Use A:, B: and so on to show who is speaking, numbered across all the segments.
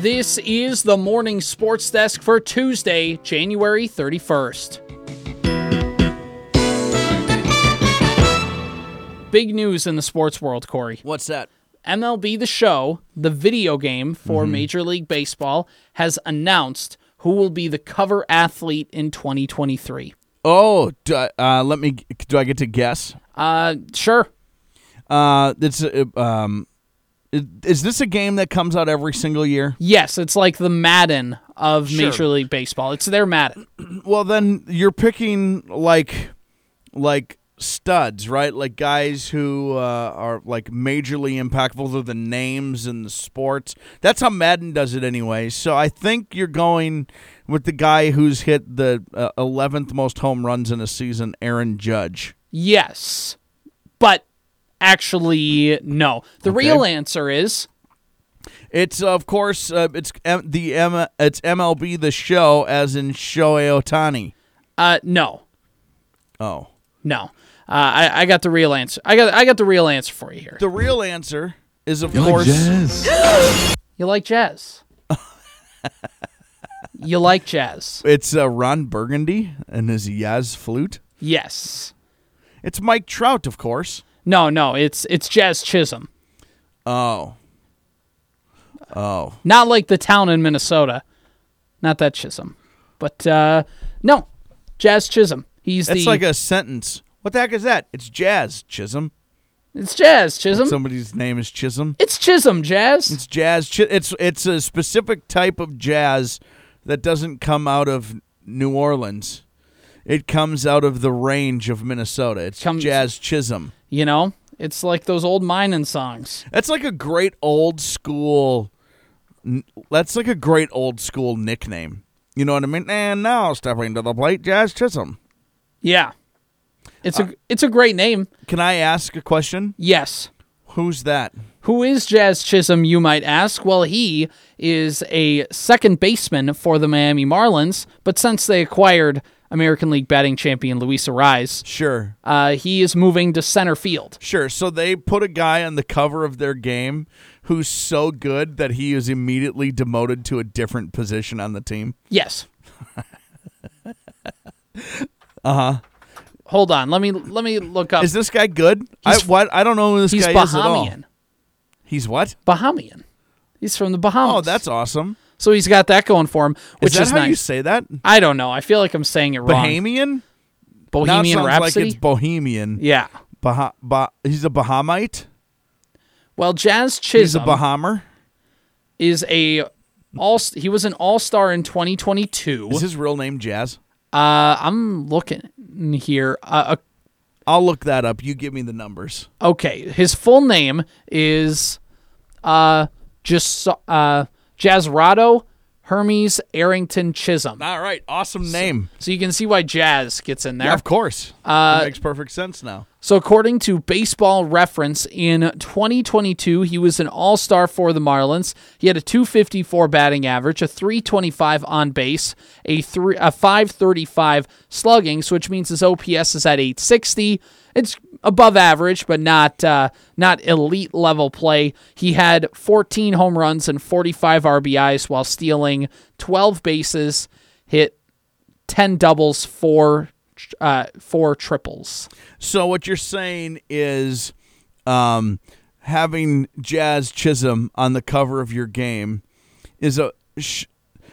A: This is the morning sports desk for Tuesday, January 31st. Big news in the sports world, Corey.
B: What's that?
A: MLB The Show, the video game for Major League Baseball, has announced who will be the cover athlete in 2023.
B: Oh, do I, uh, let me. Do I get to guess?
A: Uh, sure.
B: Uh, it's uh, um, is, is this a game that comes out every single year?
A: Yes, it's like the Madden of Major League Baseball. It's their Madden.
B: Well, then you're picking like, like studs, right? Like guys who uh, are like majorly impactful through the names and the sports. That's how Madden does it, anyway. So I think you're going with the guy who's hit the uh, 11th most home runs in a season, Aaron Judge.
A: Yes. But actually, no. The real answer is
B: It's of course uh, it's M- the M- it's MLB the show as in Shohei Otani.
A: uh, no.
B: Oh,
A: No. Uh, I, I got the real answer. I got I got the real answer for you here.
B: the real answer is of course
A: You like jazz. you like jazz.
B: it's uh, Ron Burgundy and his Yaz flute.
A: Yes.
B: It's Mike Trout, of course.
A: No, no, it's it's Jazz Chisholm.
B: Oh, oh,
A: Not like the town in Minnesota. Not that Chisholm. But uh no. Jazz Chisholm. He's
B: that's
A: the
B: like a sentence. What the heck is that? It's Jazz Chisholm.
A: It's Jazz Chisholm.
B: Somebody's name is Chisholm.
A: it's Chisholm, Jazz.
B: It's jazz. Chi- It's it's a specific type of jazz that doesn't come out of New Orleans. It comes out of the range of Minnesota. It's
A: Comes-
B: jazz Chisholm.
A: you know? It's like those old mining songs.
B: That's like a great old school. n- That's like a great old school nickname. You know what I mean? And now stepping to the plate, Jazz Chisholm.
A: Yeah. It's
B: Uh,
A: a it's a great name.
B: Can I ask a question?
A: Yes.
B: Who's that?
A: Who is Jazz Chisholm, you might ask? Well, he is a second baseman for the Miami Marlins, but since they acquired American League batting champion Luis Arise,
B: Sure,
A: uh, he is moving to center field.
B: sure. So they put a guy on the cover of their game who's so good that he is immediately demoted to a different position on the team.
A: Yes. uh huh. Hold on. Let me let me look up.
B: Uh-huh. Is this guy good? I
A: He's-
B: what? I don't know who this
A: He's
B: guy is at all.
A: Bahamian.
B: He's what?
A: Bahamian. He's from the Bahamas.
B: Oh, that's awesome.
A: so he's got that going for him,
B: Is
A: which
B: that
A: is
B: how
A: nice.
B: you say that?
A: I don't know. I feel like I'm saying it wrong.
B: Bahamian? Now it
A: Bohemian
B: sounds
A: Rhapsody.
B: like it's Bohemian.
A: yeah.
B: Bah- bah- he's a Bahamite.
A: Well, Jazz
B: He's a
A: Chisholm
B: Bahamer.
A: is a all. He was an All Star in 2022.
B: Is his real name Jazz?
A: uh, I'm looking here. Uh,
B: I'll look that up. You give me the numbers.
A: uh, okay, his full name is uh just uh Jazzrado Hermes Arrington Chisholm.
B: All right, awesome name.
A: So you can see why Jazz gets in there.
B: of course, uh, makes perfect sense now.
A: So, according to Baseball Reference, in 2022, he was an all star for the Marlins. He had a 254 batting average, a 325 on base, a, three, a 535 slugging, so which means his OPS is at 860. It's above average, but not uh, not elite level play. He had 14 home runs and 45 RBIs while stealing 12 bases, hit 10 doubles, four uh, four triples.
B: So what you're saying is, um, having Jazz Chisholm on the cover of your game is a sh-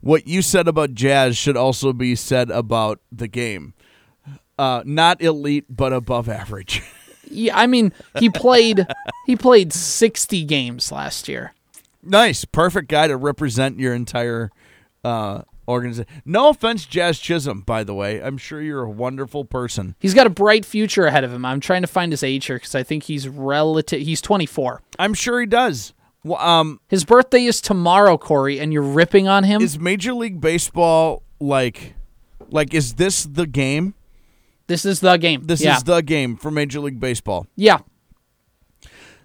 B: what you said about Jazz should also be said about the game. Uh, not elite, but above average.
A: Yeah, I mean, he played he played 60 games last year.
B: Nice, perfect guy to represent your entire uh, organization. No offense, Jazz Chisholm. By the way, I'm sure you're a wonderful person.
A: He's got a bright future ahead of him. I'm trying to find his age here cuz I think he's relative he's 24.
B: I'm sure he does. Well, um,
A: His birthday is tomorrow, Corey, and you're ripping on him.
B: is Major League Baseball like, like is this the game?
A: this is the game.
B: This
A: yeah.
B: is the game for Major League Baseball.
A: Yeah.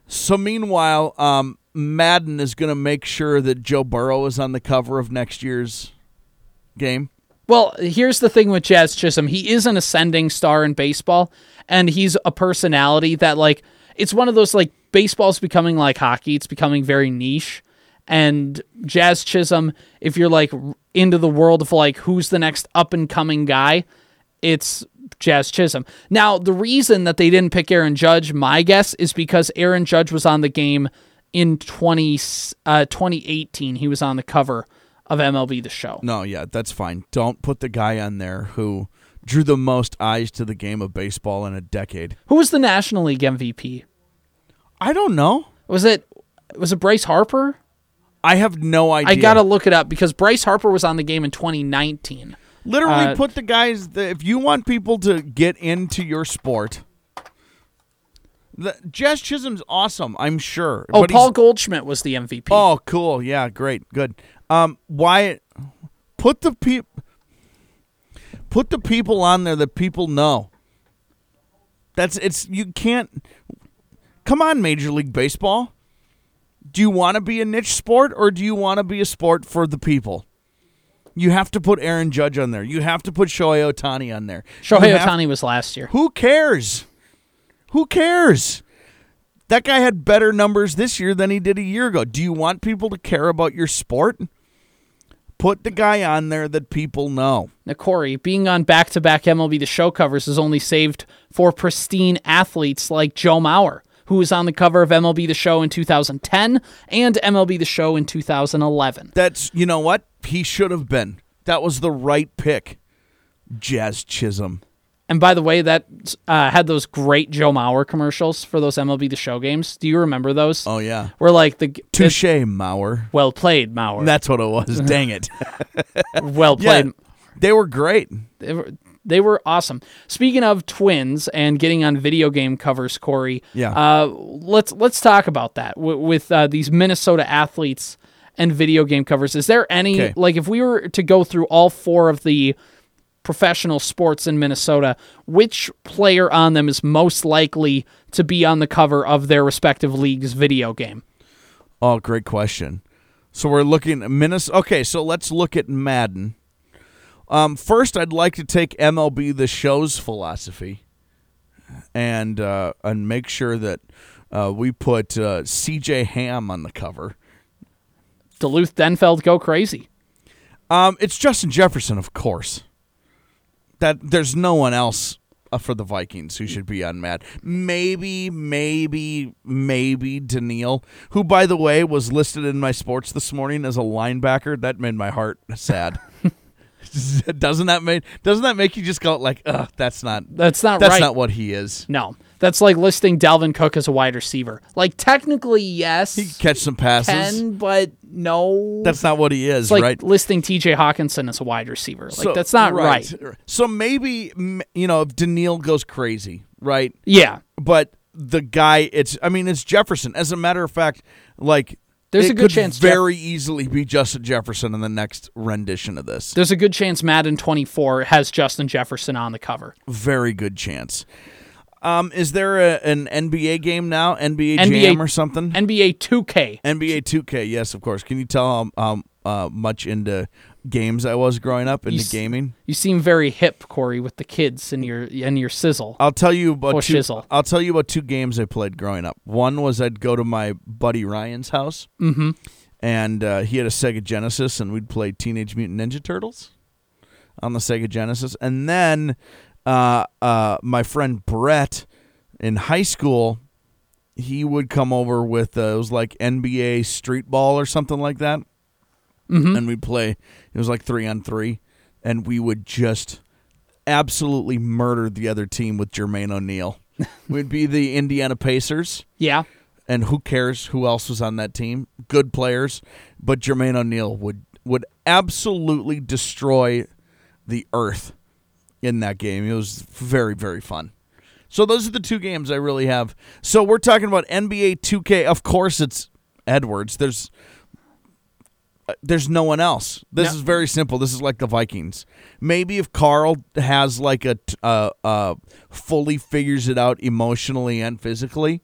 B: So meanwhile, um, Madden is going to make sure that Joe Burrow is on the cover of next year's game.
A: Well, here's the thing with Jazz Chisholm. He is an ascending star in baseball, and he's a personality that, like, it's one of those, like, baseball's becoming like hockey. It's becoming very niche. and Jazz Chisholm, if you're like r- into the world of like who's the next up and coming guy, it's Jazz Chisholm. Now, the reason that they didn't pick Aaron Judge, my guess, is because Aaron Judge was on the game in 20, uh, 2018. He was on the cover of MLB The Show.
B: No, yeah, that's fine. Don't put the guy on there who drew the most eyes to the game of baseball in a decade.
A: Who was the National League MVP?
B: I don't know.
A: Was it was it Bryce Harper?
B: I have no idea.
A: I gotta look it up because Bryce Harper was on the game in 2019.
B: literally
A: uh,
B: put the guys. The, if you want people to get into your sport, the, Jess Chisholm's awesome. I'm sure.
A: Oh,
B: but he's-
A: Paul Goldschmidt was the MVP.
B: Oh, cool. Yeah, great, good. Um, why put the peop put the people on there that people know. That's it's you can't. Come on, Major League Baseball. Do you want to be a niche sport or do you want to be a sport for the people? You have to put Aaron Judge on there. You have to put Shohei Otani on there. You
A: Shohei
B: have-
A: Otani was last year.
B: who cares? Who cares? That guy had better numbers this year than he did a year ago. Do you want people to care about your sport? Put the guy on there that people know.
A: Now, Corey, being on back to back MLB The Show covers is only saved for pristine athletes like Joe Mauer, who was on the cover of MLB The Show in 2010 and MLB The Show in 2011.
B: That's, you know what? He should have been. That was the right pick. Jazz Chisholm.
A: And by the way, that uh, had those great Joe Mauer commercials for those MLB The Show games. Do you remember those?
B: Oh, yeah.
A: Where like the
B: Touche, Mauer.
A: well played Mauer,
B: That's what it was. Dang it.
A: well
B: yeah,
A: played.
B: they were great.
A: they were they were awesome. Speaking of twins and getting on video game covers, Corey.
B: Yeah.
A: Uh, let's let's talk about that w- with uh, these Minnesota athletes and video game covers. Is there any
B: 'Kay.
A: like if we were to go through all four of the professional sports in Minnesota, which player on them is most likely to be on the cover of their respective league's video game?
B: Oh, great question. So we're looking at Minnesota. Okay, so let's look at Madden. Um, first, I'd like to take MLB the show's philosophy and uh, and make sure that uh, we put uh, C.J. Ham on the cover.
A: Duluth Denfeld go crazy.
B: Um, it's Justin Jefferson, of course. That there's no one else uh, for the Vikings who should be on Mad. Maybe, maybe, maybe Daniil, who by the way was listed in my sports this morning as a linebacker. That made my heart sad. doesn't that make doesn't that make you just go like, ugh, that's not
A: That's not
B: that's
A: right.
B: not what he is.
A: No. That's like listing Dalvin Cook as a wide receiver. Like technically yes,
B: He can catch some passes.
A: can, but no.
B: That's not what he is,
A: It's like
B: right?
A: listing TJ Hawkinson as a wide receiver. Like
B: So-
A: that's not right.
B: So maybe m- you know if Daniil goes crazy, right?
A: Yeah.
B: but the guy it's i mean it's jefferson as a matter of fact like
A: There's
B: it
A: a good
B: could
A: chance Jeff-
B: very easily be justin jefferson in the next rendition of this
A: There's a good chance Madden 24 has Justin Jefferson on the cover.
B: very good chance um is there a, an nba game now nba,
A: NBA
B: jam or something
A: NBA 2K.
B: nba 2k yes of course can you tell um, um uh, much into games i was growing up into
A: s-
B: gaming
A: You seem very hip, Corey, with the kids and your and your sizzle.
B: I'll tell you about
A: Or
B: two,
A: shizzle.
B: I'll tell you about two games I played growing up. One was I'd go to my buddy Ryan's house,
A: Mm-hmm.
B: and uh, he had a Sega Genesis, and we'd play Teenage Mutant Ninja Turtles on the Sega Genesis. And then uh, uh, my friend Brett in high school, he would come over with uh, it was like NBA Street Ball or something like that, and we'd play. It was like three on three, and we would just absolutely murder the other team with Jermaine O'Neal. We'd be the Indiana Pacers,
A: yeah.
B: and who cares who else was on that team? Good players, but Jermaine O'Neal would would absolutely destroy the earth in that game. It was very very fun. So those are the two games I really have. So we're talking about NBA 2K. Of course, it's Edwards. There's uh, there's no one else. This
A: No.
B: is very simple. This is like the Vikings. Maybe if Carl has like a t- uh, uh, fully figures it out emotionally and physically,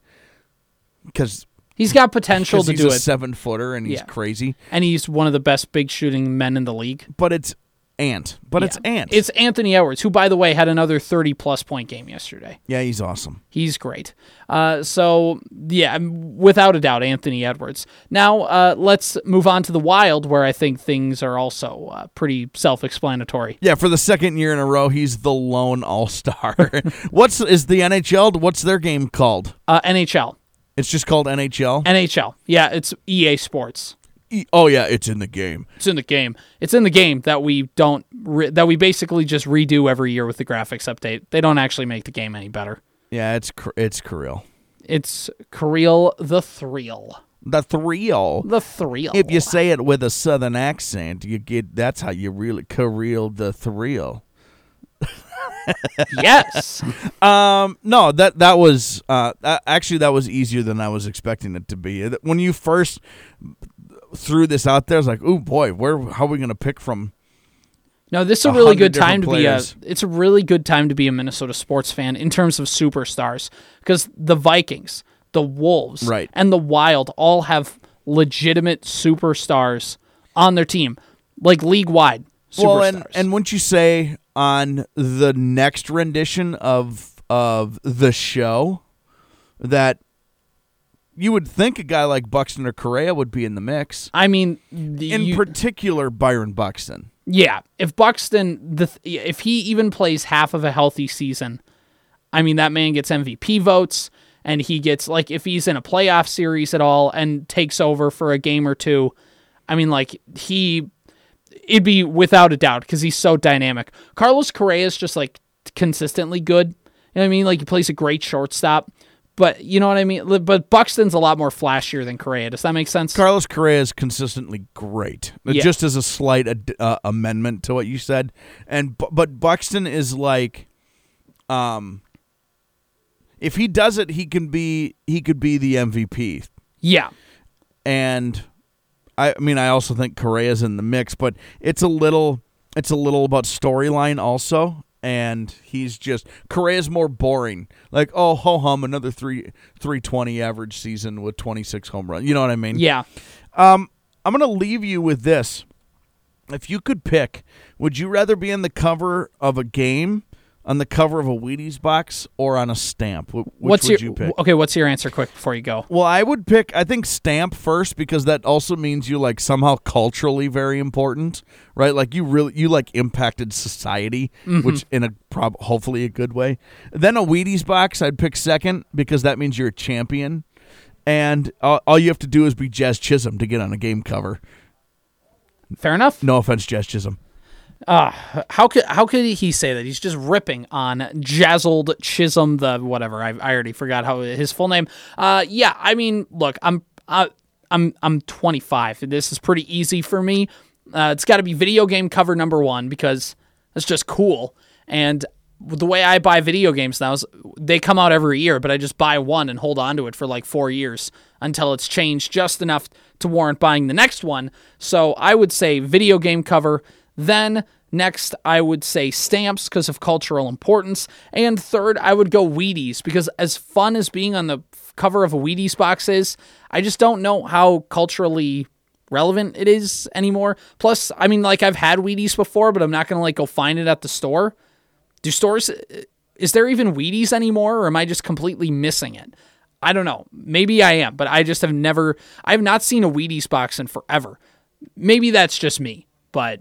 B: because
A: He's got potential to
B: he's
A: do
B: a
A: it
B: seven footer and he's
A: Yeah.
B: crazy.
A: and he's one of the best big shooting men in the league.
B: But it's Ant, but it's Ant.
A: It's Anthony Edwards, who, by the way, had another 30 plus point game yesterday.
B: yeah, he's awesome.
A: He's great. Uh, so, yeah, m- without a doubt, Anthony Edwards. Now, uh, let's move on to the wild, where I think things are also uh, pretty self explanatory.
B: Yeah, for the second year in a row, he's the lone All Star. what's is the NHL? What's their game called?
A: Uh, NHL.
B: It's just called NHL.
A: NHL. Yeah, it's EA Sports.
B: E- oh yeah, it's in the game.
A: It's in the game. It's in the game that we don't re- that we basically just redo every year with the graphics update. They don't actually make the game any better.
B: Yeah, it's cr- it's Krill.
A: It's Kareel the Thrill.
B: The thrill.
A: The Thrill.
B: If you say it with a southern accent, you get that's how you really Krill the thrill.
A: yes.
B: Um, no, that that was uh, a- actually that was easier than I was expecting it to be. When you first threw this out there, I was like, "Oh boy, where? How are we going to pick from?"
A: No, this is a
B: A
A: really
B: hundred
A: good time to
B: different players.
A: be a. It's a really good time to be a Minnesota sports fan in terms of superstars because the Vikings, the Wolves,
B: Right.
A: and the Wild all have legitimate superstars on their team, like league wide superstars.
B: Well, and and wouldn't you say on the next rendition of of the show that you would think a guy like Buxton or Correa would be in the mix,
A: I mean, the,
B: in
A: you-
B: particular Byron Buxton.
A: yeah. If Buxton, the th- if he even plays half of a healthy season, I mean that man gets MVP votes. And he gets like if he's in a playoff series at all and takes over for a game or two, I mean like he it'd be without a doubt because he's so dynamic. Carlos Correa is just like consistently good. You know what I mean? Like he plays a great shortstop, but you know what I mean. Li- But Buxton's a lot more flashier than Correa. Does that make sense?
B: Carlos Correa is consistently great,
A: Yeah.
B: just as a slight ad- uh, amendment to what you said. And bu- but Buxton is like, um, if he does it, he can be he could be the MVP.
A: yeah,
B: And I, I mean, I also think Correa's in the mix, but it's a little it's a little about storyline also. And he's just Correa's more boring. Like, oh ho hum, another three three twenty average season with twenty six home runs. You know what I mean?
A: yeah.
B: Um, I'm going to leave you with this. If you could pick, would you rather be on the cover of a game, on the cover of a Wheaties box, or on a stamp? Wh- Which
A: what's
B: would
A: your
B: you pick?
A: okay? What's your answer, quick before you go?
B: well, I would pick. I think stamp first because that also means you like somehow culturally very important, right? Like you really you like impacted society, which in a prob- hopefully a good way. Then a Wheaties box, I'd pick second because that means you're a champion, and all, all you have to do is be Jazz Chisholm to get on a game cover.
A: Fair enough.
B: No offense, Jess Chisholm.
A: How could how could he say that? He's just ripping on Jazzled Chisholm the whatever. I, I already forgot how his full name. Uh, yeah. I mean, look, I'm uh, I'm I'm 25. This is pretty easy for me. Uh, it's got to be video game cover number one because that's just cool. And the way I buy video games now is they come out every year, but I just buy one and hold on to it for like four years until it's changed just enough to warrant buying the next one. So I would say video game cover. Then next, I would say stamps because of cultural importance. And third, I would go Wheaties because as fun as being on the f- cover of a Wheaties box is, I just don't know how culturally relevant it is anymore. Plus, I mean, like I've had Wheaties before, but I'm not gonna like go find it at the store. Do stores? Is there even Wheaties anymore, or am I just completely missing it? I don't know. Maybe I am, but I just have never. I have not seen a Wheaties box in forever. Maybe that's just me, but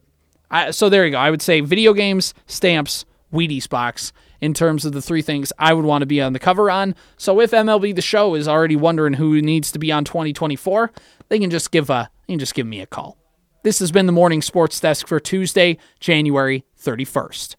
A: I, so there you go. I would say video games, stamps, Wheaties box in terms of the three things I would want to be on the cover on. So if MLB the Show is already wondering who needs to be on 2024, they can just give a they can just give me a call. This has been the morning sports desk for Tuesday, January 31st.